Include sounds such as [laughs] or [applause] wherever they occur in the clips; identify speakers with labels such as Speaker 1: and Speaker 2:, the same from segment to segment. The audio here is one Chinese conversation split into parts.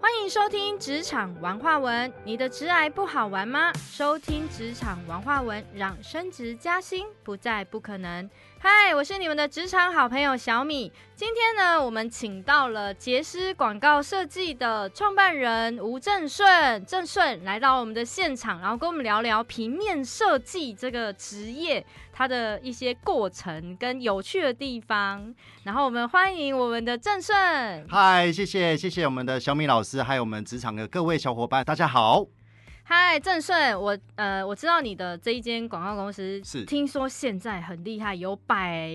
Speaker 1: 欢迎收听《职场玩话文》，你的职癌不好玩吗？收听《职场玩话文》，让升职加薪不再不可能。嗨，我是你们的职场好朋友小米。今天呢，我们请到了杰斯广告设计的创办人吴正顺，正顺来到我们的现场，然后跟我们聊聊平面设计这个职业它的一些过程跟有趣的地方。然后我们欢迎我们的正顺。
Speaker 2: 嗨，谢谢谢谢我们的小米老师，还有我们职场的各位小伙伴，大家好。
Speaker 1: 嗨，郑顺，我呃，我知道你的这一间广告公司
Speaker 2: 是
Speaker 1: 听说现在很厉害，有百，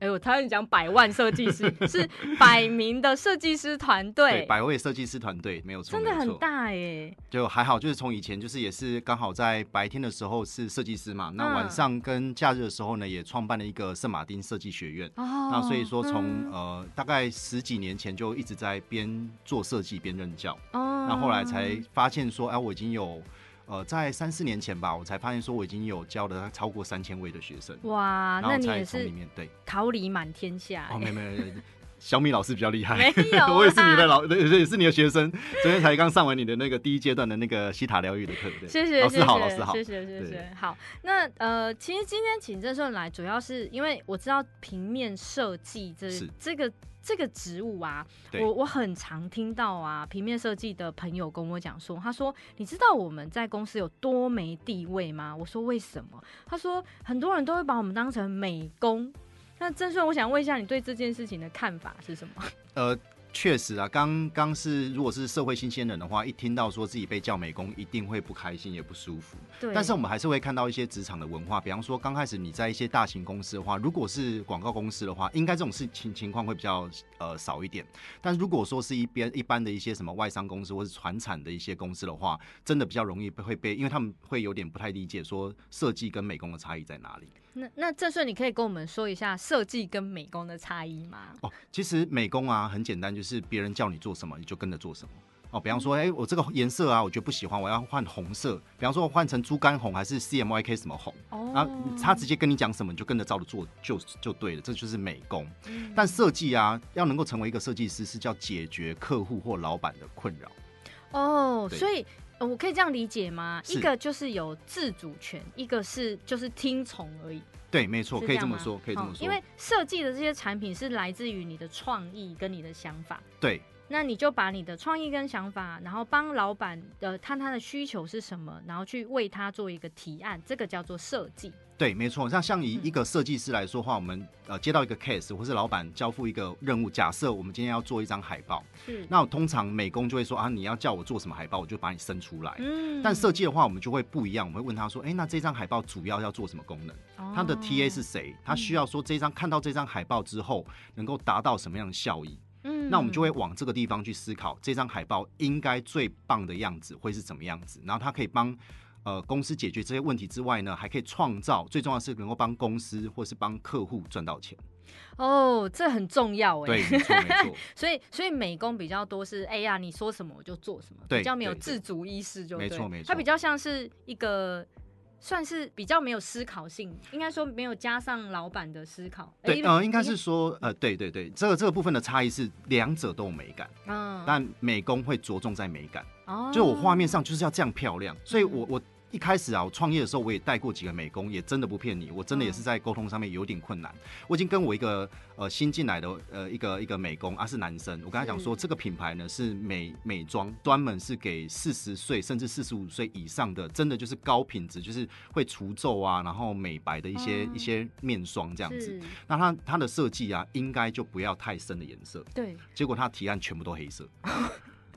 Speaker 1: 哎，我差点讲百万设计
Speaker 2: [laughs]
Speaker 1: 师，是百名的设计师团队，
Speaker 2: 百位设计师团队没有错，
Speaker 1: 真的
Speaker 2: 没有
Speaker 1: 很
Speaker 2: 错，
Speaker 1: 大耶。
Speaker 2: 就还好，就是从以前就是也是刚好在白天的时候是设计师嘛，
Speaker 1: 嗯
Speaker 2: 那晚上跟假日的时候呢，也创办了一个圣马丁设计学院。
Speaker 1: 哦，
Speaker 2: 那所以说从，
Speaker 1: 嗯
Speaker 2: 呃大概十几年前就一直在边做设计边任教，
Speaker 1: 哦
Speaker 2: 呃那后来才发现说，哎、我已经有呃在三四年前吧，我才发现说我已经有教了超过三千位的学生，
Speaker 1: 哇，
Speaker 2: 然后
Speaker 1: 那你
Speaker 2: 才
Speaker 1: 也
Speaker 2: 从里
Speaker 1: 是
Speaker 2: 面对。
Speaker 1: 桃李满天下
Speaker 2: 哦，
Speaker 1: 耶，
Speaker 2: 没没没，没小米老师比较厉害。
Speaker 1: 没有啊啦，
Speaker 2: [laughs] 我也是你的老，也是你的学生。昨天才刚上完你的那个第一阶段的那个西塔疗愈的课，对不对？
Speaker 1: 谢谢，
Speaker 2: 老
Speaker 1: 谢
Speaker 2: 师
Speaker 1: 谢，
Speaker 2: 好，老师好。
Speaker 1: 谢谢，谢谢
Speaker 2: 对。
Speaker 1: 好，那呃，其实今天请郑顺来，主要是因为我知道平面设计这
Speaker 2: 是
Speaker 1: 这个这个职务啊，
Speaker 2: 对
Speaker 1: 我我很常听到啊，平面设计的朋友跟我讲说，他说你知道我们在公司有多没地位吗？我说为什么？他说很多人都会把我们当成美工。那郑顺，我想问一下你对这件事情的看法是什么？
Speaker 2: [laughs] 呃，确实啊，刚刚是如果是社会新鲜人的话，一听到说自己被叫美工，一定会不开心，也不舒服。
Speaker 1: 对，
Speaker 2: 但是我们还是会看到一些职场的文化，比方说刚开始你在一些大型公司的话，如果是广告公司的话，应该这种事情情况会比较呃少一点。但如果说是一边一般的一些什么外商公司或是传产的一些公司的话，真的比较容易被会被，因为他们会有点不太理解说设计跟美工的差异在哪里。
Speaker 1: 那那郑顺，你可以跟我们说一下设计跟美工的差异吗？
Speaker 2: 哦，其实美工啊很简单，就是别人叫你做什么，你就跟着做什么。哦，比方说，哎、我这个颜色啊，我觉得不喜欢，我要换红色。比方说，我换成猪肝红还是 CMYK 什么红？
Speaker 1: 哦
Speaker 2: 啊，他直接跟你讲什么，你就跟着照着做，就就对了，这就是美工。
Speaker 1: 嗯
Speaker 2: 但设计啊，要能够成为一个设计师，是叫解决客户或老板的困扰。
Speaker 1: 哦，
Speaker 2: 对
Speaker 1: 所以呃我可以这样理解吗？
Speaker 2: 是
Speaker 1: 一个就是有自主权，一个是就是听从而已，
Speaker 2: 对，没错，
Speaker 1: 是
Speaker 2: 可以
Speaker 1: 这
Speaker 2: 这
Speaker 1: 样
Speaker 2: 么
Speaker 1: 吗
Speaker 2: 说，可以这么
Speaker 1: 哦
Speaker 2: 说。
Speaker 1: 因为设计的这些产品是来自于你的创意跟你的想法，
Speaker 2: 对
Speaker 1: 那你就把你的创意跟想法，然后帮老板呃看他的需求是什么，然后去为他做一个提案，这个叫做设计。
Speaker 2: 对，没错。像像以
Speaker 1: 嗯
Speaker 2: 一个设计师来说的话，我们呃接到一个 case，或是老板交付一个任务，假设我们今天要做一张海报，
Speaker 1: 是，
Speaker 2: 那通常美工就会说啊，你要叫我做什么海报，我就把你生出来。
Speaker 1: 嗯
Speaker 2: 但设计的话，我们就会不一样，我们会问他说，哎、那这张海报主要要做什么功能？他的 TA 是，
Speaker 1: 哦
Speaker 2: 谁？他需要说这张看到这张海报之后，能够达到什么样的效益？
Speaker 1: 嗯
Speaker 2: 那我们就会往这个地方去思考，这张海报应该最棒的样子会是怎么样子？然后它可以帮呃公司解决这些问题之外呢，还可以创造，最重要的是能够帮公司或是帮客户赚到钱。
Speaker 1: 哦，这很重要哎。
Speaker 2: 对，没错没
Speaker 1: [laughs]
Speaker 2: 错。
Speaker 1: 所以，所以美工比较多是，哎呀，你说什么我就做什么，
Speaker 2: 对
Speaker 1: 比较没有
Speaker 2: 对对
Speaker 1: 自主意识就对
Speaker 2: 没错没错
Speaker 1: 它比较像是一个，算是比较没有思考性，应该说没有加上老板的思考。哎
Speaker 2: 对，呃，应该是，说，呃，对对对，这个这个部分的差异是两者都有美感，
Speaker 1: 嗯，
Speaker 2: 但美工会着重在美感。
Speaker 1: 哦
Speaker 2: 就我画面上就是要这样漂亮，所以我我一开始啊，我创业的时候我也带过几个美工，也真的不骗你，我真的
Speaker 1: 嗯
Speaker 2: 也是在沟通上面有点困难。我已经跟我一个呃新进来的呃一个一个美工啊是男生，我跟他讲说
Speaker 1: 是
Speaker 2: 这个品牌呢是美美妆，专门是给四十岁甚至四十五岁以上的，真的就是高品质，就是会除皱啊，然后美白的一些、
Speaker 1: 哦
Speaker 2: 一些面霜这样子
Speaker 1: 是。，
Speaker 2: 那它它的设计啊，应该就不要太深的颜色。
Speaker 1: 对，
Speaker 2: 结果他提案全部都黑色。 [laughs]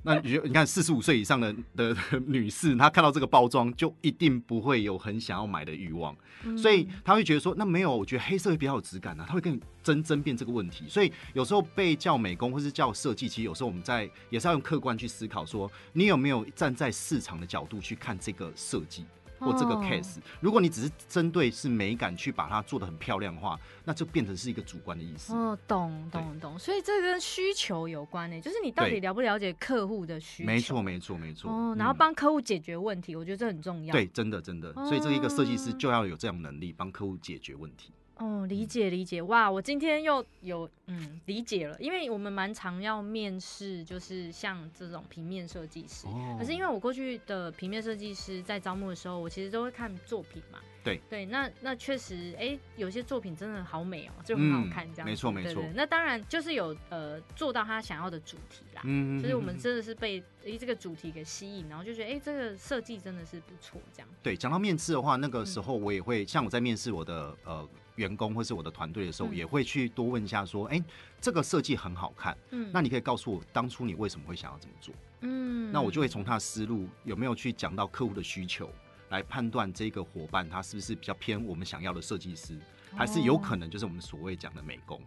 Speaker 2: 那你就你看，四十五岁以上的的的女士，她看到这个包装，就一定不会有很想要买的欲望，
Speaker 1: 嗯
Speaker 2: 所以她会觉得说，那没有，我觉得黑色会比较有质感啊，她会跟你争争辩这个问题。所以有时候被叫美工或是叫设计，其实有时候我们在也是要用客观去思考说你有没有站在市场的角度去看这个设计或这个
Speaker 1: 哦
Speaker 2: case。如果你只是针对是美感去把它做的很漂亮的话，那就变成是一个主观的意思。
Speaker 1: 哦，懂
Speaker 2: 对
Speaker 1: 懂懂，所以这跟需求有关呢、就是你到底
Speaker 2: 对
Speaker 1: 了不了解客户的需求，
Speaker 2: 没错，没错，没错。
Speaker 1: 哦，然后
Speaker 2: 嗯
Speaker 1: 帮客户解决问题，我觉得这很重要。
Speaker 2: 对，真的真的，所以这一个设计师就要有这样能力，帮客户解决问题。
Speaker 1: 哦，理解理解，哇，我今天又有嗯理解了，因为我们蛮常要面试，就是像这种平面设计师。
Speaker 2: 哦
Speaker 1: 可是因为我过去的平面设计师在招募的时候，我其实都会看作品嘛。
Speaker 2: 对
Speaker 1: 对，那那确实，哎、有些作品真的好美哦、就很好
Speaker 2: 嗯
Speaker 1: 看这样子、
Speaker 2: 没错没
Speaker 1: 对
Speaker 2: 错
Speaker 1: 对那当然就是有呃做到他想要的主题啦。
Speaker 2: 嗯
Speaker 1: 就是我们
Speaker 2: 嗯嗯
Speaker 1: 真的是被诶这个主题给吸引，然后就觉得哎、这个设计真的是不错，这样。
Speaker 2: 对讲到面试的话，那个时
Speaker 1: 嗯
Speaker 2: 候我也会、像我在面试我的呃员工或是我的团队的时候，
Speaker 1: 嗯
Speaker 2: 也会去多问一下说，哎、这个设计很好看，
Speaker 1: 嗯，
Speaker 2: 那你可以告诉我当初你为什么会想要这么做？
Speaker 1: 嗯，
Speaker 2: 那我就会从他的思路有没有去讲到客户的需求，来判断这个伙伴他是不是比较偏我们想要的设计师，还是
Speaker 1: 哦
Speaker 2: 有可能就是我们所谓讲的美工。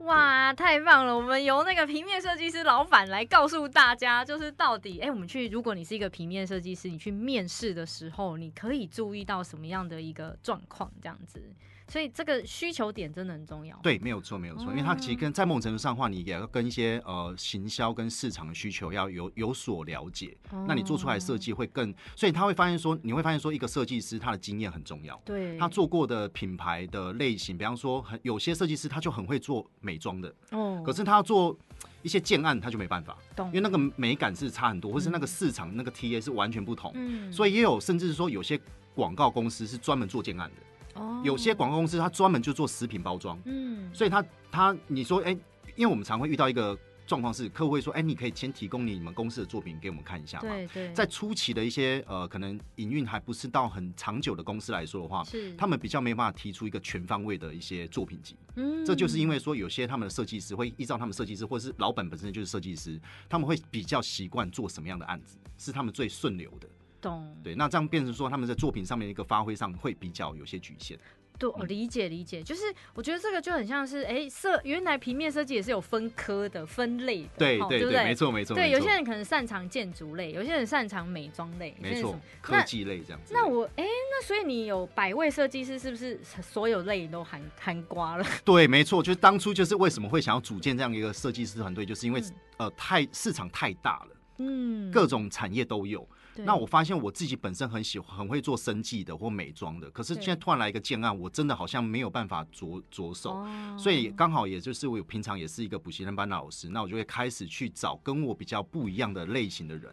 Speaker 1: 哇，太棒了！我们由那个平面设计师老板来告诉大家，就是到底，哎、我们去，如果你是一个平面设计师，你去面试的时候，你可以注意到什么样的一个状况，这样子。所以这个需求点真的很重要。，
Speaker 2: 对，没有错，没有错，因为它
Speaker 1: 嗯
Speaker 2: 其实跟在某种程度上的话，你也要跟一些呃行销跟市场的需求要有有所了解，
Speaker 1: 哦
Speaker 2: 那你做出来的设，计会更，所以他会发现说，你会发现说，一个设计师他的经验很重要。
Speaker 1: 对，
Speaker 2: 他做过的品牌的类型，比方说很有些设计师他就很会做美妆的，
Speaker 1: 哦，
Speaker 2: 可是他要做一些建案他就没办法，
Speaker 1: 懂，
Speaker 2: 因为那个美感是差很多，或是那个
Speaker 1: 嗯
Speaker 2: 市场那个 TA 是完全不同，
Speaker 1: 嗯
Speaker 2: 所以也有甚至是说有些广告公司是专门做建案的，
Speaker 1: 哦
Speaker 2: 有些，广告公司它专门就做食品包装，
Speaker 1: 嗯，
Speaker 2: 所以他他你说哎、因为我们常会遇到一个状况是客户会说哎、你可以先提供你们公司的作品给我们看一下嘛，
Speaker 1: 对对，
Speaker 2: 啊在初期的一些呃可能营运还不是到很长久的公司来说的话。
Speaker 1: 是
Speaker 2: 啊他们比较没办法提出一个全方位的一些作品集，
Speaker 1: 嗯
Speaker 2: 这就是因为说有些他们的设计师会依照他们设计师，或是老板本身就是设计师，他们会比较习惯做什么样的案子是他们最顺流的。
Speaker 1: 懂，
Speaker 2: 对，那这样变成说他们在作品上面的一个发挥上会比较有些局限。
Speaker 1: 对，我
Speaker 2: 嗯
Speaker 1: 理解理解，就是我觉得这个就很像是，哎，设原来平面设计也是有分科的、分类的，
Speaker 2: 对
Speaker 1: 齁
Speaker 2: 对
Speaker 1: 对不
Speaker 2: 对，没错没错。
Speaker 1: 对，
Speaker 2: 没
Speaker 1: 有
Speaker 2: 错
Speaker 1: 些人可能擅长建筑类，有些人擅长美妆类，有些
Speaker 2: 没
Speaker 1: 人什
Speaker 2: 错
Speaker 1: 么，
Speaker 2: 科技类这样子。
Speaker 1: 那我哎、那所以你有百位设计师，是不是所有类都含含瓜了？ [laughs]
Speaker 2: 对，没错，就是当初就是为什么会想要组建这样一个设计师团队，就是因为、
Speaker 1: 嗯
Speaker 2: 呃太市场太大了，
Speaker 1: 嗯，
Speaker 2: 各种产业都有。
Speaker 1: 对
Speaker 2: 那我发现我自己本身很喜欢很会做生计的或美妆的，可是
Speaker 1: 对
Speaker 2: 现在突然来一个建案，我真的好像没有办法着着手。
Speaker 1: 哦
Speaker 2: 所以刚好也就是我平常也是一个补习班的老师，那我就会开始去找跟我比较不一样的类型的人，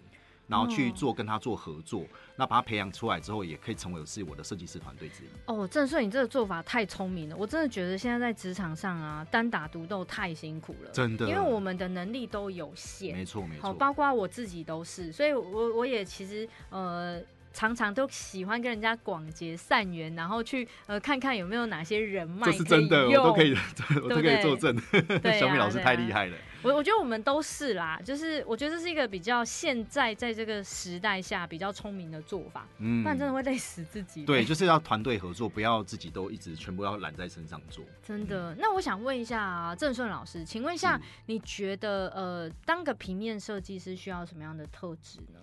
Speaker 2: 然后
Speaker 1: 哦
Speaker 2: 去做跟他做合作，那把他培养出来之后，也可以成为是我的设计师团队之一。
Speaker 1: 哦，郑顺，你这个做法太聪明了，我真的觉得现在在职场上啊，单打独斗太辛苦了，
Speaker 2: 真的
Speaker 1: 因为我们的能力都有限，
Speaker 2: 没错没
Speaker 1: 好，
Speaker 2: 错，
Speaker 1: 包括我自己都是，所以我我也其实呃。常常都喜欢跟人家广结善缘，然后去呃看看有没有哪些人脉
Speaker 2: 这是真的，
Speaker 1: 可以
Speaker 2: 我都
Speaker 1: 用
Speaker 2: 可以， [laughs] 我都可以
Speaker 1: 对
Speaker 2: 作证。
Speaker 1: 对啊
Speaker 2: [laughs] 小米老师
Speaker 1: 对啊
Speaker 2: 太厉害了，
Speaker 1: 我我觉得我们都是啦，就是我觉得这是一个比较现在在这个时代下比较聪明的做法，
Speaker 2: 嗯
Speaker 1: 不然真的会累死自己。
Speaker 2: 对，，就是要团队合作，不要自己都一直全部要揽在身上做。
Speaker 1: 真的。那我想问一下、啊、郑顺老师，请问一下
Speaker 2: 是，
Speaker 1: 你觉得呃，当个平面设计师需要什么样的特质呢？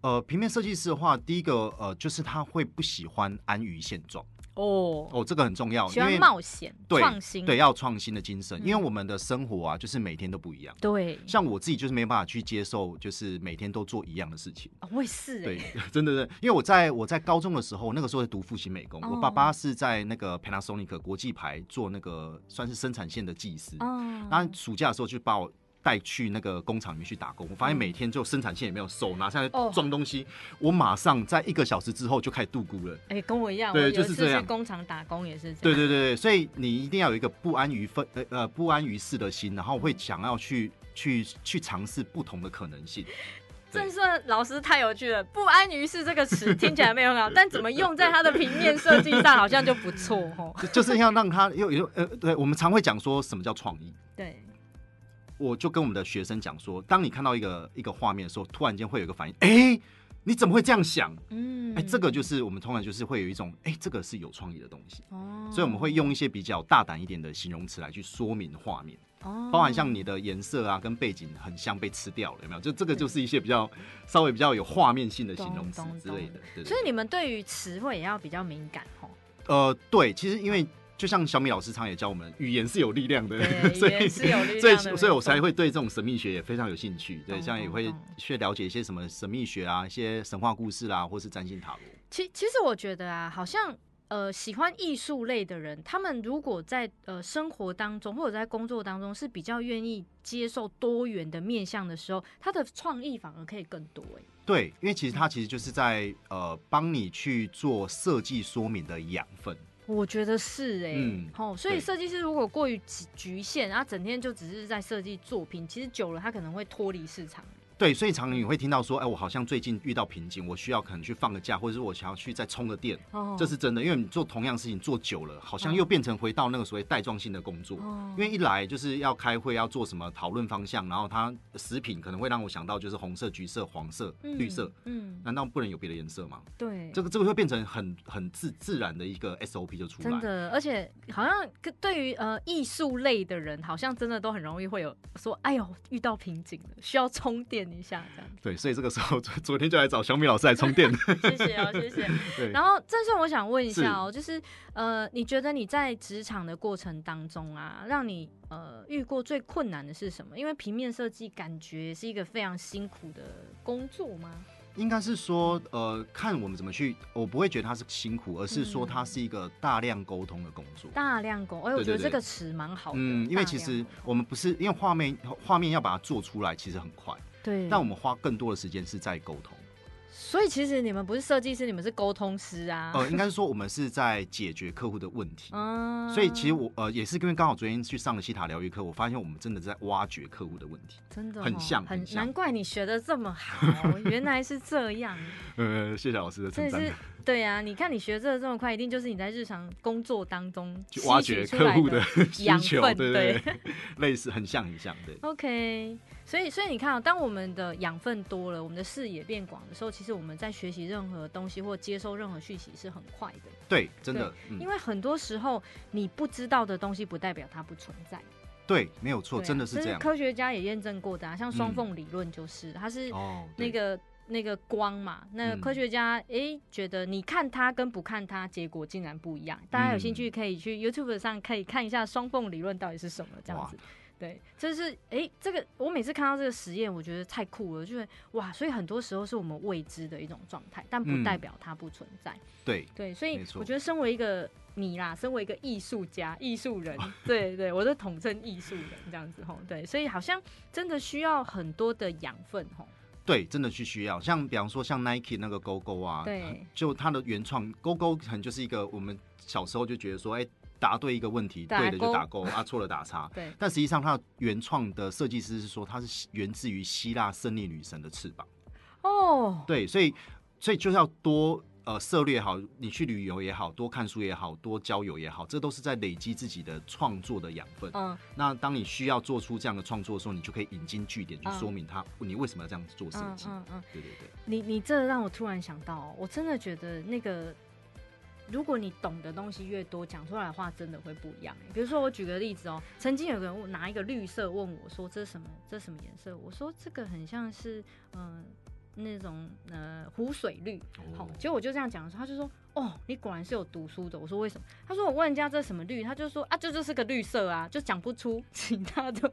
Speaker 2: 呃，平面设计师的话，第一个呃，就是他会不喜欢安于现状
Speaker 1: 哦，
Speaker 2: 哦，这个很重要，
Speaker 1: 喜
Speaker 2: 因
Speaker 1: 欢
Speaker 2: 为
Speaker 1: 冒险、
Speaker 2: 对
Speaker 1: 创新，
Speaker 2: 对要有创新的精神，
Speaker 1: 嗯
Speaker 2: 因为我们的生活啊，就是每天都不一样。
Speaker 1: 对，
Speaker 2: 像我自己就是没办法去接受，就是每天都做一样的事情。
Speaker 1: 哦我也是、欸，
Speaker 2: 对， [laughs] 真的是，因为我在我在高中的时候，那个时候在读复兴美工，
Speaker 1: 哦
Speaker 2: 我爸爸是在那个 Panasonic 国际牌做那个算是生产线的技师，
Speaker 1: 哦，
Speaker 2: 那暑假的时候就把我带去那个工厂里面去打工，我发现
Speaker 1: 嗯
Speaker 2: 每天就生产线也没有手拿下来
Speaker 1: 哦
Speaker 2: 装东西，我马上在一个小时之后就开始度孤了。
Speaker 1: 哎、跟我一样，
Speaker 2: 对
Speaker 1: 我有一
Speaker 2: 就是
Speaker 1: 次
Speaker 2: 这样
Speaker 1: 去工厂打工也是这
Speaker 2: 对
Speaker 1: 样，
Speaker 2: 对对对，所以你一定要有一个不安于分呃呃不安于世的心，然后会想要去去去尝试不同的可能性。对
Speaker 1: 郑顺老师太有趣了，“不安于世”这个词听起来没有 [laughs] 很好，但怎么用在他的平面设计上好像就不错哦。
Speaker 2: 就就是要让他有有呃，对我们常会讲说什么叫创意。
Speaker 1: [laughs] 对，
Speaker 2: 我就跟我们的学生讲说，当你看到一个一个画面的时候，突然间会有一个反应，哎、你怎么会这样想？
Speaker 1: 嗯
Speaker 2: 哎、这个就是我们通常就是会有一种，哎、这个是有创意的东西，
Speaker 1: 哦
Speaker 2: 所以我们会用一些比较大胆一点的形容词来去说明画面，
Speaker 1: 哦
Speaker 2: 包含像你的颜色啊，跟背景很像被吃掉了，有没有？就这个就是一些比较稍微比较有画面性的形容词
Speaker 1: 懂懂
Speaker 2: 之类的。对对
Speaker 1: 所以你们对于词汇也要比较敏感
Speaker 2: [laughs]
Speaker 1: 哦。
Speaker 2: 呃，对，其实因为就像小米老师常也教我们，语言是有力量的，
Speaker 1: 对
Speaker 2: [laughs] 所
Speaker 1: 语言
Speaker 2: 以
Speaker 1: 是有力量的
Speaker 2: 所以
Speaker 1: 没
Speaker 2: 所以我才
Speaker 1: 错
Speaker 2: 会对这种神秘学也非常有兴趣。对，
Speaker 1: 懂
Speaker 2: 像也
Speaker 1: 懂
Speaker 2: 会
Speaker 1: 懂
Speaker 2: 去了解一些什啊么神秘学啊，一些神话故事啦、或是占星塔罗。
Speaker 1: 其其实我觉得啊，好像呃喜欢艺术类的人，他们如果在呃生活当中或者在工作当中是比较愿意接受多元的面向的时候，他的创意反而可以更多、欸。
Speaker 2: 对，因为其实它其实就是在呃帮你去做设计说明的养分。
Speaker 1: 我觉得是哎、
Speaker 2: 嗯
Speaker 1: 好、所以
Speaker 2: 对
Speaker 1: 设计师如果过于局局限，然后整天就只是在设计作品，其实久了他可能会脱离市场。
Speaker 2: 对，所以常常你会听到说，哎，我好像最近遇到瓶颈，我需要可能去放个假，或者是我想要去再充个电，
Speaker 1: 哦
Speaker 2: 这是真的。因为你做同样事情做久了，好像
Speaker 1: 哦
Speaker 2: 又变成回到那个所谓带状性的工作。
Speaker 1: 哦
Speaker 2: 因为一来就是要开会，要做什么讨论方向，然后它食品可能会让我想到就是红色、橘色、黄色、绿色，，
Speaker 1: 嗯，嗯
Speaker 2: 难道不能有别的颜色吗？
Speaker 1: 对，
Speaker 2: 这个这个会变成很很自自然的一个 SOP 就出来。
Speaker 1: 真的，而且好像跟对于呃艺术类的人，好像真的都很容易会有说，哎呦，遇到瓶颈了，需要充电一下这样。
Speaker 2: 对，所以这个时候昨 [laughs] 昨天就来找小米老师来
Speaker 1: [laughs]
Speaker 2: 充电。
Speaker 1: 谢谢哦，谢谢。
Speaker 2: 对，
Speaker 1: 然后，郑顺，我想问一下哦，就是呃，你觉得你在职场的过程当中啊，让你呃遇过最困难的是什么？因为平面设计感觉是一个非常辛苦的工作吗？
Speaker 2: 应该是说，呃，看我们怎么去，我不会觉得它是辛苦，而是说
Speaker 1: 嗯
Speaker 2: 它是一个大量沟通的工作。
Speaker 1: 大量工，哎，我
Speaker 2: 对
Speaker 1: 觉得
Speaker 2: 对
Speaker 1: 这
Speaker 2: 对
Speaker 1: 个词蛮好的。
Speaker 2: 嗯，因
Speaker 1: 大
Speaker 2: 为其
Speaker 1: 量
Speaker 2: 实
Speaker 1: 沟通
Speaker 2: 我们不是因为画面，画面要把它做出来其实很快，
Speaker 1: 对，
Speaker 2: 但我们花更多的时间是在沟通。
Speaker 1: 所以其实你们不是设计师，你们是沟通师啊。
Speaker 2: 呃，应该是说我们是在解决客户的问题。
Speaker 1: 嗯
Speaker 2: 所以其实我呃也是因为刚好昨天去上了西塔疗愈课，我发现我们真的在挖掘客户的问题。
Speaker 1: 真的
Speaker 2: 很
Speaker 1: 哦
Speaker 2: 像
Speaker 1: 很
Speaker 2: 很像
Speaker 1: 难怪你学的这么
Speaker 2: [laughs]
Speaker 1: 好，原来是这样，
Speaker 2: 呃，谢谢老师的
Speaker 1: 真
Speaker 2: 称
Speaker 1: 的
Speaker 2: 赞
Speaker 1: 是。对啊！你看你学这这么快，一定就是你在日常工作当中
Speaker 2: 去挖
Speaker 1: 吸取
Speaker 2: 掘
Speaker 1: 出
Speaker 2: 客
Speaker 1: 来
Speaker 2: 户
Speaker 1: 的
Speaker 2: 的
Speaker 1: 养
Speaker 2: [laughs] 需求，
Speaker 1: 分
Speaker 2: 对
Speaker 1: 对
Speaker 2: 对对， [laughs] 类似很像很像，对
Speaker 1: OK，所以所以你看、哦，当我们的养分多了，我们的视野变广的时候，其实我们在学习任何东西或接收任何讯息是很快的，
Speaker 2: 对，真的，嗯
Speaker 1: 因，为很多时候你不知道的东西，不代表它不存在。
Speaker 2: 对，没有错，
Speaker 1: 对啊
Speaker 2: 真的是这样。
Speaker 1: 科学家也验证过的啊，像双
Speaker 2: 嗯
Speaker 1: 缝理论就是，它是
Speaker 2: 哦，对
Speaker 1: 那个那个光嘛，那
Speaker 2: 嗯
Speaker 1: 科学家诶觉得你看它跟不看它，结果竟然不一样。大家有兴
Speaker 2: 嗯
Speaker 1: 趣可以去 YouTube 上可以看一下双缝理论到底是什么这样
Speaker 2: 哇
Speaker 1: 子。对，就是诶，这个我每次看到这个实验，我觉得太酷了，就是哇，所以很多时候是我们未知的一种状态，但不
Speaker 2: 嗯
Speaker 1: 代表它不存在。
Speaker 2: 对，
Speaker 1: 对，所以
Speaker 2: 没错
Speaker 1: 我觉得身为一个你啦，身为一个艺术家、艺术
Speaker 2: [laughs]
Speaker 1: 人，对对，我都统称艺术人这样子吼。对，所以好像真的需要很多的养分吼。
Speaker 2: 对，真的是需要。像比方说像 Nike 那个勾勾啊，
Speaker 1: 对
Speaker 2: 就它的原创勾勾，可能就是一个我们小时候就觉得说，哎、答对一个问题，
Speaker 1: 打
Speaker 2: 对的就打
Speaker 1: 勾
Speaker 2: 勾啊，错了打叉。
Speaker 1: 对，
Speaker 2: 但实际上，它的原创的设计师是说，它是源自于希腊胜利女神的翅膀。
Speaker 1: 哦，
Speaker 2: 对，所以所以就是要多呃涉猎好，你去旅游也好多看书也好多交友也好，这都是在累积自己的创作的养分。
Speaker 1: 嗯，
Speaker 2: 那当你需要做出这样的创作的时候，你就可以引经据典去
Speaker 1: 嗯
Speaker 2: 说明它，你为什么要这样子做设
Speaker 1: 嗯
Speaker 2: 计。
Speaker 1: 嗯嗯，
Speaker 2: 对对对。
Speaker 1: 你你这让我突然想到哦、我真的觉得那个，如果你懂的东西越多，讲出来的话真的会不一样、欸。比如说我举个例子哦，曾经有个人拿一个绿色问我说：“这是什么？这是什么颜色？”我说：“这个很像是嗯、那种呃湖水绿。”
Speaker 2: 哦
Speaker 1: 好，结果我就这样讲的时候，他就说：“哦，你果然是有读书的。”我说：“为什么？”他说：“我问人家这什么绿，他就说啊，这就是个绿色啊，就讲不出其他的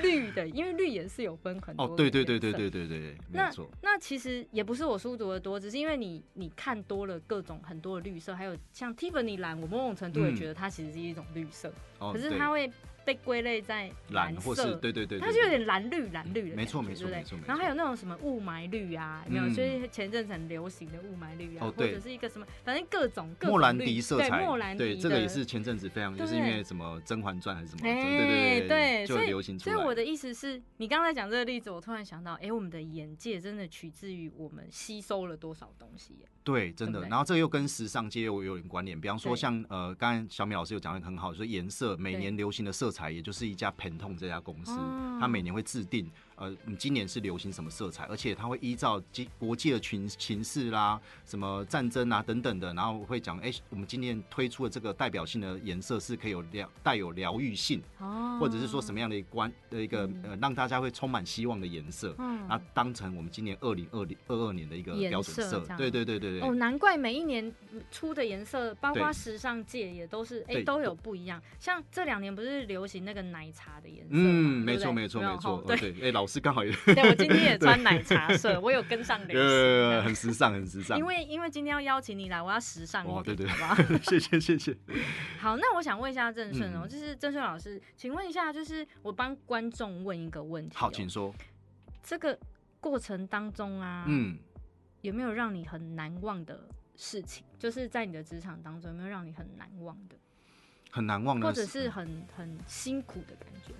Speaker 1: 绿的，因为绿也是有分很多
Speaker 2: 哦，对对
Speaker 1: 的
Speaker 2: 对
Speaker 1: 颜
Speaker 2: 对
Speaker 1: 色
Speaker 2: 对对对对，没
Speaker 1: 那
Speaker 2: 有错，
Speaker 1: 那其实也不是我书读的多，只是因为你你看多了各种很多的绿色，还有像 Tiffany 蓝，我某种程度也
Speaker 2: 嗯
Speaker 1: 觉得它其实是一种绿色，
Speaker 2: 哦，
Speaker 1: 可是
Speaker 2: 对
Speaker 1: 它会被归类在
Speaker 2: 蓝或
Speaker 1: 色
Speaker 2: 是。对对对，
Speaker 1: 它
Speaker 2: 对
Speaker 1: 就有
Speaker 2: 对嗯
Speaker 1: 点蓝绿蓝绿的感觉，
Speaker 2: 没错没
Speaker 1: 对
Speaker 2: 错
Speaker 1: 不对
Speaker 2: 没错没错
Speaker 1: 然后还有那种什么雾霾绿啊，有没有？
Speaker 2: 嗯
Speaker 1: 就是前阵子很流行的雾霾绿啊，
Speaker 2: 哦
Speaker 1: 或
Speaker 2: 对
Speaker 1: 者是一个什么，反正各种各种
Speaker 2: 莫兰
Speaker 1: 绿
Speaker 2: 迪色
Speaker 1: 对
Speaker 2: 彩
Speaker 1: 莫兰，迪
Speaker 2: 对
Speaker 1: 的
Speaker 2: 这个也是前阵子非常，就是因
Speaker 1: 对
Speaker 2: 为什么《甄嬛传》还是什么，
Speaker 1: 哎
Speaker 2: 对对
Speaker 1: 对
Speaker 2: 就
Speaker 1: 所以
Speaker 2: 流行出
Speaker 1: 所以
Speaker 2: 来。
Speaker 1: 我的意思是，你刚才讲这个例子，我突然想到，哎、我们的眼界真的取自于我们吸收了多少东西耶。
Speaker 2: 对，真
Speaker 1: 对不
Speaker 2: 的。
Speaker 1: 对
Speaker 2: 然后这又跟时尚界又有点关联，比方说
Speaker 1: 对
Speaker 2: 像呃，刚才小米老师有讲的很好，说颜色每
Speaker 1: 对
Speaker 2: 年流行的色彩，也就是一家 Pantone 这家公司
Speaker 1: 哦，
Speaker 2: 它每年会制定呃，你今年是流行什么色彩，而且它会依照国国际的群情势啦、什么战争啊等等的，然后会讲，哎，我们今年推出的这个代表性的颜色是可以有疗带有疗愈性，
Speaker 1: 哦
Speaker 2: 或者是说什么样的一个观的一个
Speaker 1: 嗯
Speaker 2: 呃，让大家会充满希望的颜色。
Speaker 1: 嗯
Speaker 2: 那当成我们今年二零二零二二年的一个
Speaker 1: 颜
Speaker 2: 标准
Speaker 1: 色
Speaker 2: 色
Speaker 1: 这样，
Speaker 2: 对对对对对。
Speaker 1: 哦，难怪每一年出的颜色，包括
Speaker 2: 对
Speaker 1: 时尚界也都是，哎、
Speaker 2: 对
Speaker 1: 都有不一样。像这两年不是流行那个奶茶的颜色嘛，
Speaker 2: 嗯，没
Speaker 1: 对不
Speaker 2: 错，
Speaker 1: 对
Speaker 2: 没错，
Speaker 1: 有
Speaker 2: 没错
Speaker 1: 吼，
Speaker 2: 哦
Speaker 1: 对，
Speaker 2: 对，哎，老老师刚
Speaker 1: [laughs]
Speaker 2: 好也
Speaker 3: 对我今天也穿奶茶色，我有跟
Speaker 2: [laughs]
Speaker 3: 上流
Speaker 2: 呃
Speaker 3: 行。
Speaker 2: 很时尚，很时尚。
Speaker 1: 因为因为今天要邀请你来，我要时尚一点，
Speaker 2: 哇，对对
Speaker 1: 好不好？ [laughs]
Speaker 2: 对， [laughs] 谢谢谢谢。
Speaker 1: 好，那我想问一下郑顺哦，
Speaker 2: 嗯
Speaker 1: 就是郑顺老师，请问一下，就是我帮观众问一个问题、哦，
Speaker 2: 好，请说。
Speaker 1: 这个过程当中啊，
Speaker 2: 嗯，
Speaker 1: 有没有让你很难忘的事情？就是在你的职场当中，有没有让你很难忘的，
Speaker 2: 很难忘的，
Speaker 1: 或者是很很辛苦的感
Speaker 2: [laughs]
Speaker 1: 觉？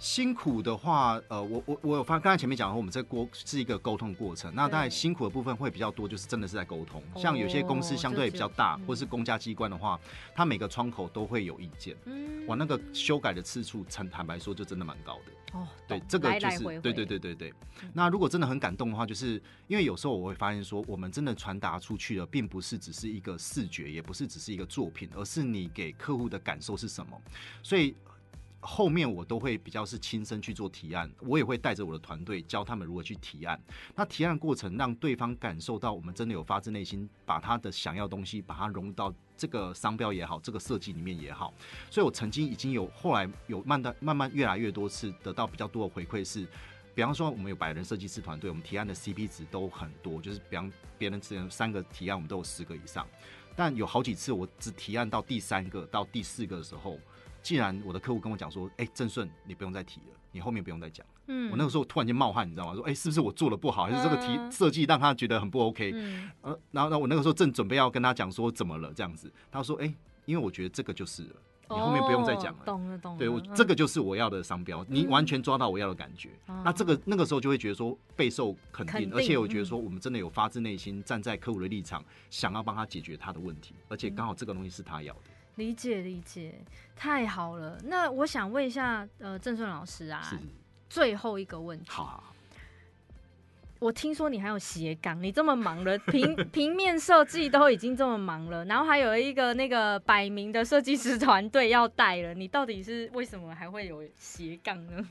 Speaker 2: 辛苦的话，呃，我我我有发，刚才前面讲，我们这过是一个沟通过程。那当然，
Speaker 1: 对
Speaker 2: 辛苦的部分会比较多，就是真的是在沟通。
Speaker 1: 哦
Speaker 2: 像有些公司相对比较大，
Speaker 1: 就是嗯
Speaker 2: 或是公家机关的话，它每个窗口都会有意见。
Speaker 1: 嗯
Speaker 2: 哇，那个修改的次数，坦坦白说，就真的蛮高的。
Speaker 1: 哦，
Speaker 2: 对，
Speaker 1: 懂
Speaker 2: 这个
Speaker 1: 来
Speaker 2: 就
Speaker 1: 来
Speaker 2: 是
Speaker 1: 回回，
Speaker 2: 对对对对对
Speaker 1: 嗯。
Speaker 2: 那如果真的很感动的话，就是因为有时候我会发现说，我们真的传达出去的，并不是只是一个视觉，也不是只是一个作品，而是你给客户的感受是什么。所以后面我都会比较是亲身去做提案，我也会带着我的团队教他们如何去提案。那提案的过程让对方感受到我们真的有发自内心把他的想要的东西，把它融入到这个商标也好，这个设计里面也好。所以我曾经已经有后来有慢的慢慢越来越多次得到比较多的回馈是。比方说，我们有百人设计师团队，我们提案的 CP 值都很多，就是比方别人只能三个提案，我们都有十个以上。但有好几次，我只提案到第三个、到第四个的时候，既然我的客户跟我讲说：“哎、郑顺，你不用再提了，你后面不用再讲。
Speaker 1: 嗯
Speaker 2: 我那个时候突然间冒汗，你知道吗？说：“哎、是不是我做的不好，还是这个题
Speaker 1: 嗯
Speaker 2: 设计让他觉得很不 OK？”
Speaker 1: 嗯
Speaker 2: 呃，然后，然后我那个时候正准备要跟他讲说怎么了这样子，他说：“哎、因为我觉得这个就是了，你后面不用再讲了。
Speaker 1: 哦懂了懂了。
Speaker 2: 对我
Speaker 1: 嗯
Speaker 2: 这个就是我要的商标，你完全抓到我要的感觉。
Speaker 1: 嗯
Speaker 2: 那这个那个时候就会觉得说备受肯定，
Speaker 1: 肯定
Speaker 2: 而且我觉得说我们真的有发自内心站在客户的立场，想要帮他解决他的问题，而
Speaker 1: 嗯
Speaker 2: 且刚好这个东西是他要的。
Speaker 1: 理解理解，太好了。那我想问一下，呃，郑顺老师啊，
Speaker 2: 是，
Speaker 1: 最后一个问题，
Speaker 2: 好好好
Speaker 1: 我听说你还有斜杠，你这么忙了，平 [laughs] 平面设计都已经这么忙了，然后还有一个那个百名的设计师团队要带了，你到底是为什么还会有斜杠呢？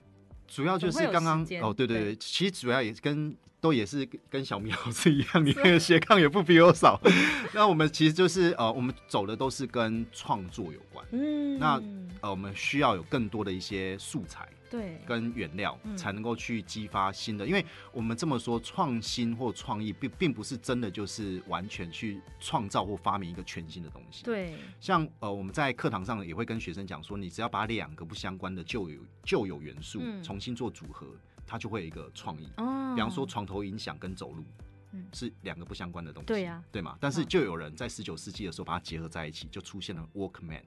Speaker 2: 主要就
Speaker 1: 总会
Speaker 2: 是
Speaker 1: 有
Speaker 2: 刚刚
Speaker 1: 时间
Speaker 2: 哦，对对
Speaker 1: 对
Speaker 2: 对，其实主要也是跟都也是跟小米老师一样，你那个斜杠也不比我少。 [laughs] 那我们其实就是呃，我们走的都是跟创作有关，
Speaker 1: 嗯，
Speaker 2: [laughs] 那呃，我们需要有更多的一些素材。
Speaker 1: 对，
Speaker 2: 跟原料
Speaker 1: 嗯
Speaker 2: 才能够去激发新的，因为我们这么说，创新或创意并并不是真的就是完全去创造或发明一个全新的东西。，
Speaker 1: 对，
Speaker 2: 像呃我们在课堂上也会跟学生讲说，你只要把两个不相关的旧有旧有元素
Speaker 1: 嗯
Speaker 2: 重新做组合，它就会有一个创意。
Speaker 1: 哦，
Speaker 2: 比方说，床头音响跟走路，
Speaker 1: 嗯
Speaker 2: 是两个不相关的东西，
Speaker 1: 对呀
Speaker 2: 对嘛？但是
Speaker 1: 嗯
Speaker 2: 就有人在十九世纪的时候把它结合在一起，就出现了 Walkman。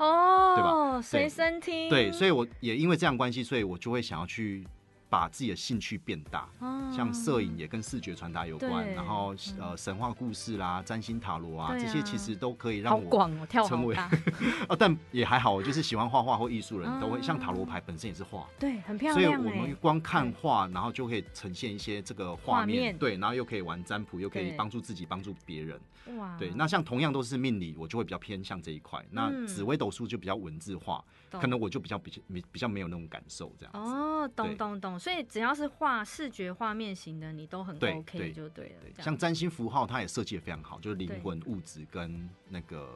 Speaker 2: 对
Speaker 1: 哦，
Speaker 2: 吧
Speaker 1: 随身听，
Speaker 2: 对，所
Speaker 1: 以
Speaker 2: 以我也因为这样关系，所以我就会想要去把自己的兴趣变大，
Speaker 1: 哦
Speaker 2: 像摄影也跟视觉传达有关
Speaker 1: 对，
Speaker 2: 然后
Speaker 1: 嗯
Speaker 2: 呃神话故事啦、占星塔罗啊
Speaker 1: 对啊
Speaker 2: 这些其实都可以
Speaker 1: 好
Speaker 2: 让我
Speaker 1: 广哦，跳
Speaker 2: 成
Speaker 1: 好
Speaker 2: 为
Speaker 1: 大， [laughs]
Speaker 2: 啊，但也还好，就是喜欢画画或艺术人都
Speaker 1: 嗯
Speaker 2: 会，像塔罗牌本身也是画。
Speaker 1: 对，很漂
Speaker 2: 所以
Speaker 1: 亮
Speaker 2: 我
Speaker 1: 哎
Speaker 2: 们，光看画，然后就可以呈现一些这个
Speaker 1: 画
Speaker 2: 画面，
Speaker 1: 面
Speaker 2: 对，然后又可以玩占卜，又可以
Speaker 1: 对
Speaker 2: 帮助自己，帮助别人，
Speaker 1: 哇，
Speaker 2: 对。那像同样都是命理，我就会比较偏向这一块。那
Speaker 1: 嗯
Speaker 2: 紫微斗数就比较文字化，
Speaker 1: 懂
Speaker 2: 可能我就比较比较比比较没有那种感受这样子。
Speaker 1: 哦，懂
Speaker 2: 对
Speaker 1: 懂懂，所以只要是画视觉画面型的，你都很
Speaker 2: 对
Speaker 1: OK
Speaker 2: 对
Speaker 1: 就对了，这样
Speaker 2: 像占星符号，它也设计的非常好，就是灵魂、物质跟那个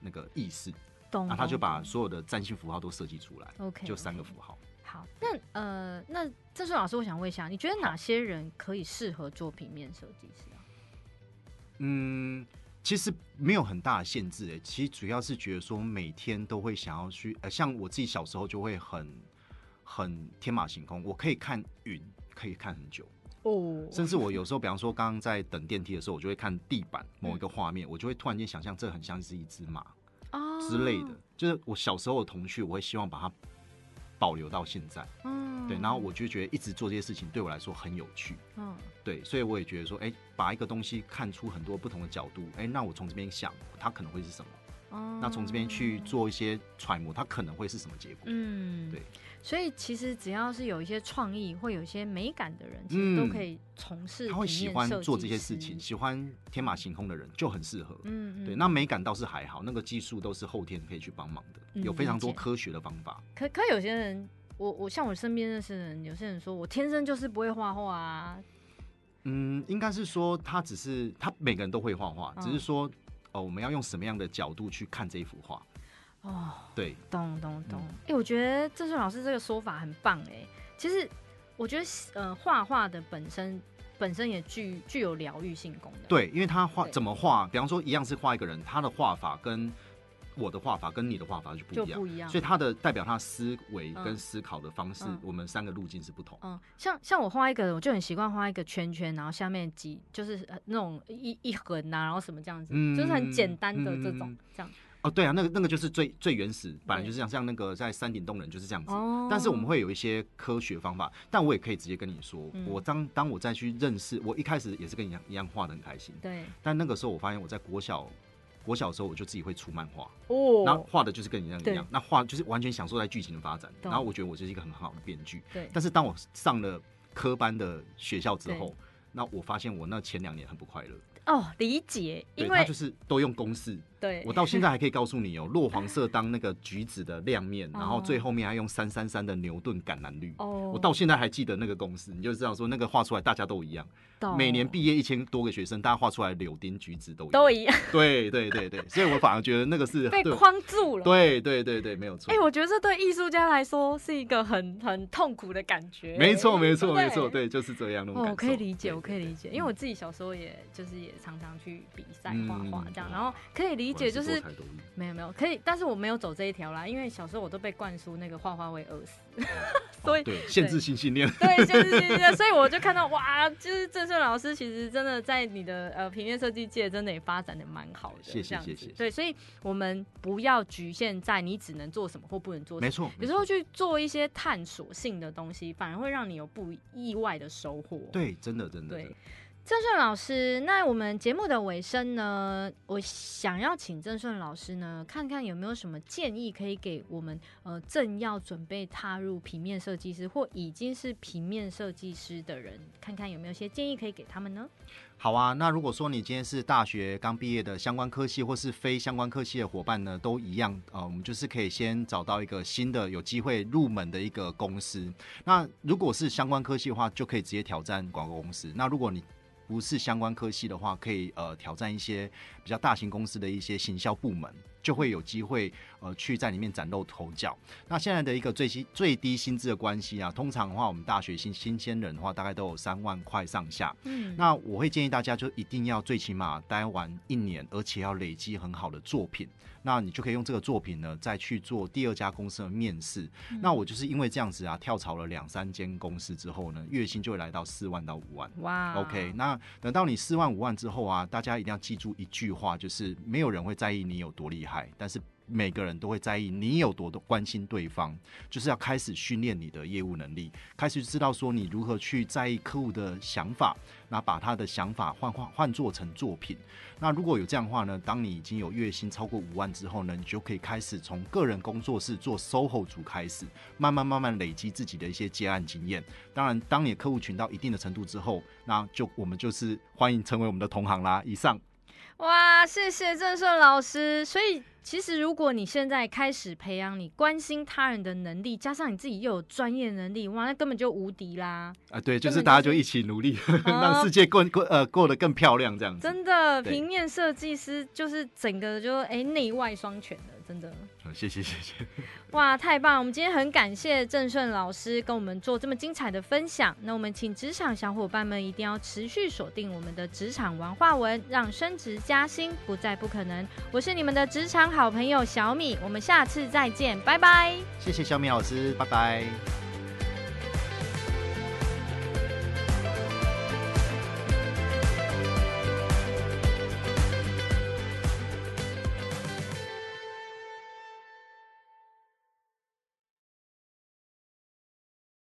Speaker 2: 那个意识，
Speaker 1: 懂，
Speaker 2: 那他就
Speaker 1: 懂
Speaker 2: 把
Speaker 1: 懂
Speaker 2: 所有的占星符号都设计出来，
Speaker 1: 嗯 OK
Speaker 2: 就三个
Speaker 1: OK
Speaker 2: 符号。
Speaker 1: 好，那呃，那郑顺老师，我想问一下，你觉得哪些人可以适合做平面设计师啊？
Speaker 2: 嗯，其实没有很大的限制诶、欸其实主要是觉得说每天都会想要去，呃，像我自己小时候就会很很天马行空，我可以看云，可以看很久，
Speaker 1: 哦
Speaker 2: 甚至我有时候，比方说刚刚在等电梯的时候，我就会看地板某一个画面，我就会突然间想象这很像是一只马，
Speaker 1: 哦
Speaker 2: 之类的，，就是我小时候的童趣，我会希望把它保留到现在。
Speaker 1: 嗯
Speaker 2: 对，然后我就觉得一直做这些事情对我来说很有趣。
Speaker 1: 嗯
Speaker 2: 对，所以我也觉得说，哎、把一个东西看出很多不同的角度，哎、那我从这边想，它可能会是什么？
Speaker 1: 哦
Speaker 2: 那从这边去，做一些揣摩，它可能会是什么结果？
Speaker 1: 嗯，
Speaker 2: 对，
Speaker 1: 所以其实只要是有一些创意或有一些美感的人，其实都
Speaker 2: 嗯
Speaker 1: 可以从事
Speaker 2: 他会
Speaker 1: 平
Speaker 2: 喜
Speaker 1: 面
Speaker 2: 欢
Speaker 1: 设
Speaker 2: 做
Speaker 1: 计
Speaker 2: 这些事情，
Speaker 1: 师，
Speaker 2: 喜欢天马行空的人就很适合。
Speaker 1: 嗯嗯，
Speaker 2: 对，那美感倒是还好，那个技术都是后天可以去帮忙的，
Speaker 1: 嗯
Speaker 2: 有非常
Speaker 1: 理
Speaker 2: 多
Speaker 1: 解
Speaker 2: 科学的方法。
Speaker 1: 可可有些人，我我像我身边认识的人，有些人说我天生就是不会画画啊，
Speaker 2: 嗯，应该是说他只是他每个人都会画画，
Speaker 1: 嗯
Speaker 2: 只是说哦，我们要用什么样的角度去看这一幅画。
Speaker 1: 哦，
Speaker 2: 对，
Speaker 1: 懂懂懂
Speaker 2: 嗯。
Speaker 1: 哎、我觉得郑顺老师这个说法很棒哎、其实我觉得呃，画画的本身本身也具具有疗愈性功能。
Speaker 2: 对，因为他画
Speaker 1: 对
Speaker 2: 怎么画，比方说一样是画一个人，他的画法跟我的画法跟你的画法就不
Speaker 1: 就
Speaker 2: 一样，
Speaker 1: 不一样
Speaker 2: 所。以他的代表他的思维
Speaker 1: 嗯
Speaker 2: 跟思考的方式，
Speaker 1: 嗯
Speaker 2: 我们三个路径是不同。
Speaker 1: 嗯，像像我画一个，我就很习惯画一个圈圈，然后下面几就是呃那种一一横啊，然后什么这样子，就是很简单的这种、
Speaker 2: 嗯
Speaker 1: 这样。
Speaker 2: 哦，对啊，那个那个就是最最原始，本来
Speaker 1: 对
Speaker 2: 就是这样，像那个在山顶洞人就是这样子。
Speaker 1: 哦
Speaker 2: 但是我们会有一些科学方法，但我也可以直接跟你说，
Speaker 1: 嗯
Speaker 2: 我当当我再去认识，我一开始也是跟你一样一样画的很开心，
Speaker 1: 对
Speaker 2: 但那个时候我发现我在国小国小的时候我就自己会出漫画，然后
Speaker 1: 哦，
Speaker 2: 画的就是跟你一样一
Speaker 1: 对
Speaker 2: 样，那画就是完全享受在剧情的发展，
Speaker 1: 懂
Speaker 2: 然后我觉得我就是一个很好的编剧，
Speaker 1: 对
Speaker 2: 但是当我上了科班的学校之
Speaker 1: 对
Speaker 2: 后，那我发现我那前两年很不快乐，
Speaker 1: 哦，理解，
Speaker 2: 对，
Speaker 1: 因
Speaker 2: 他
Speaker 1: 为
Speaker 2: 就是都用公式，
Speaker 1: 对
Speaker 2: 我到现在还可以告诉你哦，落黄色当那个橘子的
Speaker 1: [laughs]
Speaker 2: 亮面，
Speaker 1: 哦
Speaker 2: 然后最后面还用三三三的牛顿橄榄率。
Speaker 1: 哦，
Speaker 2: 我到现在还记得那个公式，你就知道说那个画出来大家都一样，
Speaker 1: 懂
Speaker 2: 每年毕业一千多个学生，大家画出来柳丁橘子都一
Speaker 1: 都
Speaker 2: 样。
Speaker 1: 一样
Speaker 2: 对对对对，所以我反而觉得那个是
Speaker 1: 被
Speaker 2: 对我
Speaker 1: 框住了。
Speaker 2: 对对对对，没有错
Speaker 1: 哎、。我觉得这对艺术家来说是一个很很痛苦的感觉。
Speaker 2: 没错，没错，
Speaker 1: 对
Speaker 2: 没错，对，就是这样那种
Speaker 1: 哦，
Speaker 2: 感
Speaker 1: 我
Speaker 2: 受。
Speaker 1: 可以理解，
Speaker 2: 对
Speaker 1: 我可以理解，因为我
Speaker 2: 嗯
Speaker 1: 自己小时候也就是也常常去比赛
Speaker 2: 嗯
Speaker 1: 画画这样，
Speaker 2: 哇
Speaker 1: 然后可以理解，就
Speaker 2: 果然
Speaker 1: 是
Speaker 2: 多才多艺
Speaker 1: 没有没有可以，但是我没有走这一条啦，因为小时候我都被灌输那个画画会饿死，[laughs]
Speaker 2: 哦
Speaker 1: 所以
Speaker 2: 对限制性信念，
Speaker 1: [laughs] 对，就是就是就是，所以我就看到哇，就是郑顺老师其实真的在你的呃平面设计界真的也发展的蛮好的，
Speaker 2: 谢谢
Speaker 1: 这样子
Speaker 2: 谢谢
Speaker 1: 对，所以我们不要局限在你只能做什么或不能做什
Speaker 2: 没
Speaker 1: 么。
Speaker 2: 错。
Speaker 1: 有
Speaker 2: 没
Speaker 1: 时候
Speaker 2: 错
Speaker 1: 去做一些探索性的东西，反而会让你有不意外的收获。
Speaker 2: 对，真的真的。
Speaker 1: 对
Speaker 2: 真的
Speaker 1: 郑顺老师，那我们节目的尾声呢，我想要请郑顺老师呢，看看有没有什么建议可以给我们呃正要准备踏入平面设计师或已经是平面设计师的人，看看有没有些建议可以给他们呢？
Speaker 2: 好啊，那如果说你今天是大学刚毕业的相关科系或是非相关科系的伙伴呢，都一样，呃，我们就是可以先找到一个新的有机会入门的一个公司。那如果是相关科系的话，就可以直接挑战广告公司。那如果你不是相关科系的话，可以呃挑战一些比较大型公司的一些行销部门，就会有机会呃去在里面崭露头角。那现在的一个最新最低薪资的关系啊，通常的话，我们大学新新鲜人的话，大概都有三万块上下。
Speaker 1: 嗯，
Speaker 2: 那我会建议大家，就一定要最起码待完一年，而且要累积很好的作品。那你就可以用这个作品呢，再去做第二家公司的面试。那我就是因为这样子啊，跳槽了两三间公司之后呢，月薪就会来到四万到五万。
Speaker 1: 哇
Speaker 2: OK，那等到你四万五万之后啊，大家一定要记住一句话，就是没有人会在意你有多厉害，但是每个人都会在意你有多关心对方，就是要开始训练你的业务能力，开始知道说你如何去在意客户的想法，那把他的想法换换换做成作品。那如果有这样的话呢，当你已经有月薪超过五万之后呢，你就可以开始从个人工作室做 SOHO 族开始，慢慢慢慢累积自己的一些接案经验。当然，当你的客户群到一定的程度之后，那就我们就是欢迎成为我们的同行啦。以上，
Speaker 1: 哇，谢谢郑顺老师。所以，其实如果你现在开始培养你关心他人的能力，加上你自己又有专业能力，哇，那根本就无敌啦！
Speaker 2: 啊，对，就
Speaker 1: 根
Speaker 2: 是
Speaker 1: 本
Speaker 2: 大家
Speaker 1: 就
Speaker 2: 就是一起努力，让世界过过呃过得更漂亮这样子。
Speaker 1: 真的，
Speaker 2: 对
Speaker 1: 平面设计师就是整个就哎内、外双全的，真的
Speaker 2: 嗯谢谢谢谢，
Speaker 1: 哇，太棒！我们今天很感谢郑顺老师跟我们做这么精彩的分享。那我们请职场小伙伴们一定要持续锁定我们的职场文化文，让升职加薪不再不可能。我是你们的职场好朋友小米，我们下次再见，拜拜。
Speaker 2: 谢谢小米老师，拜拜。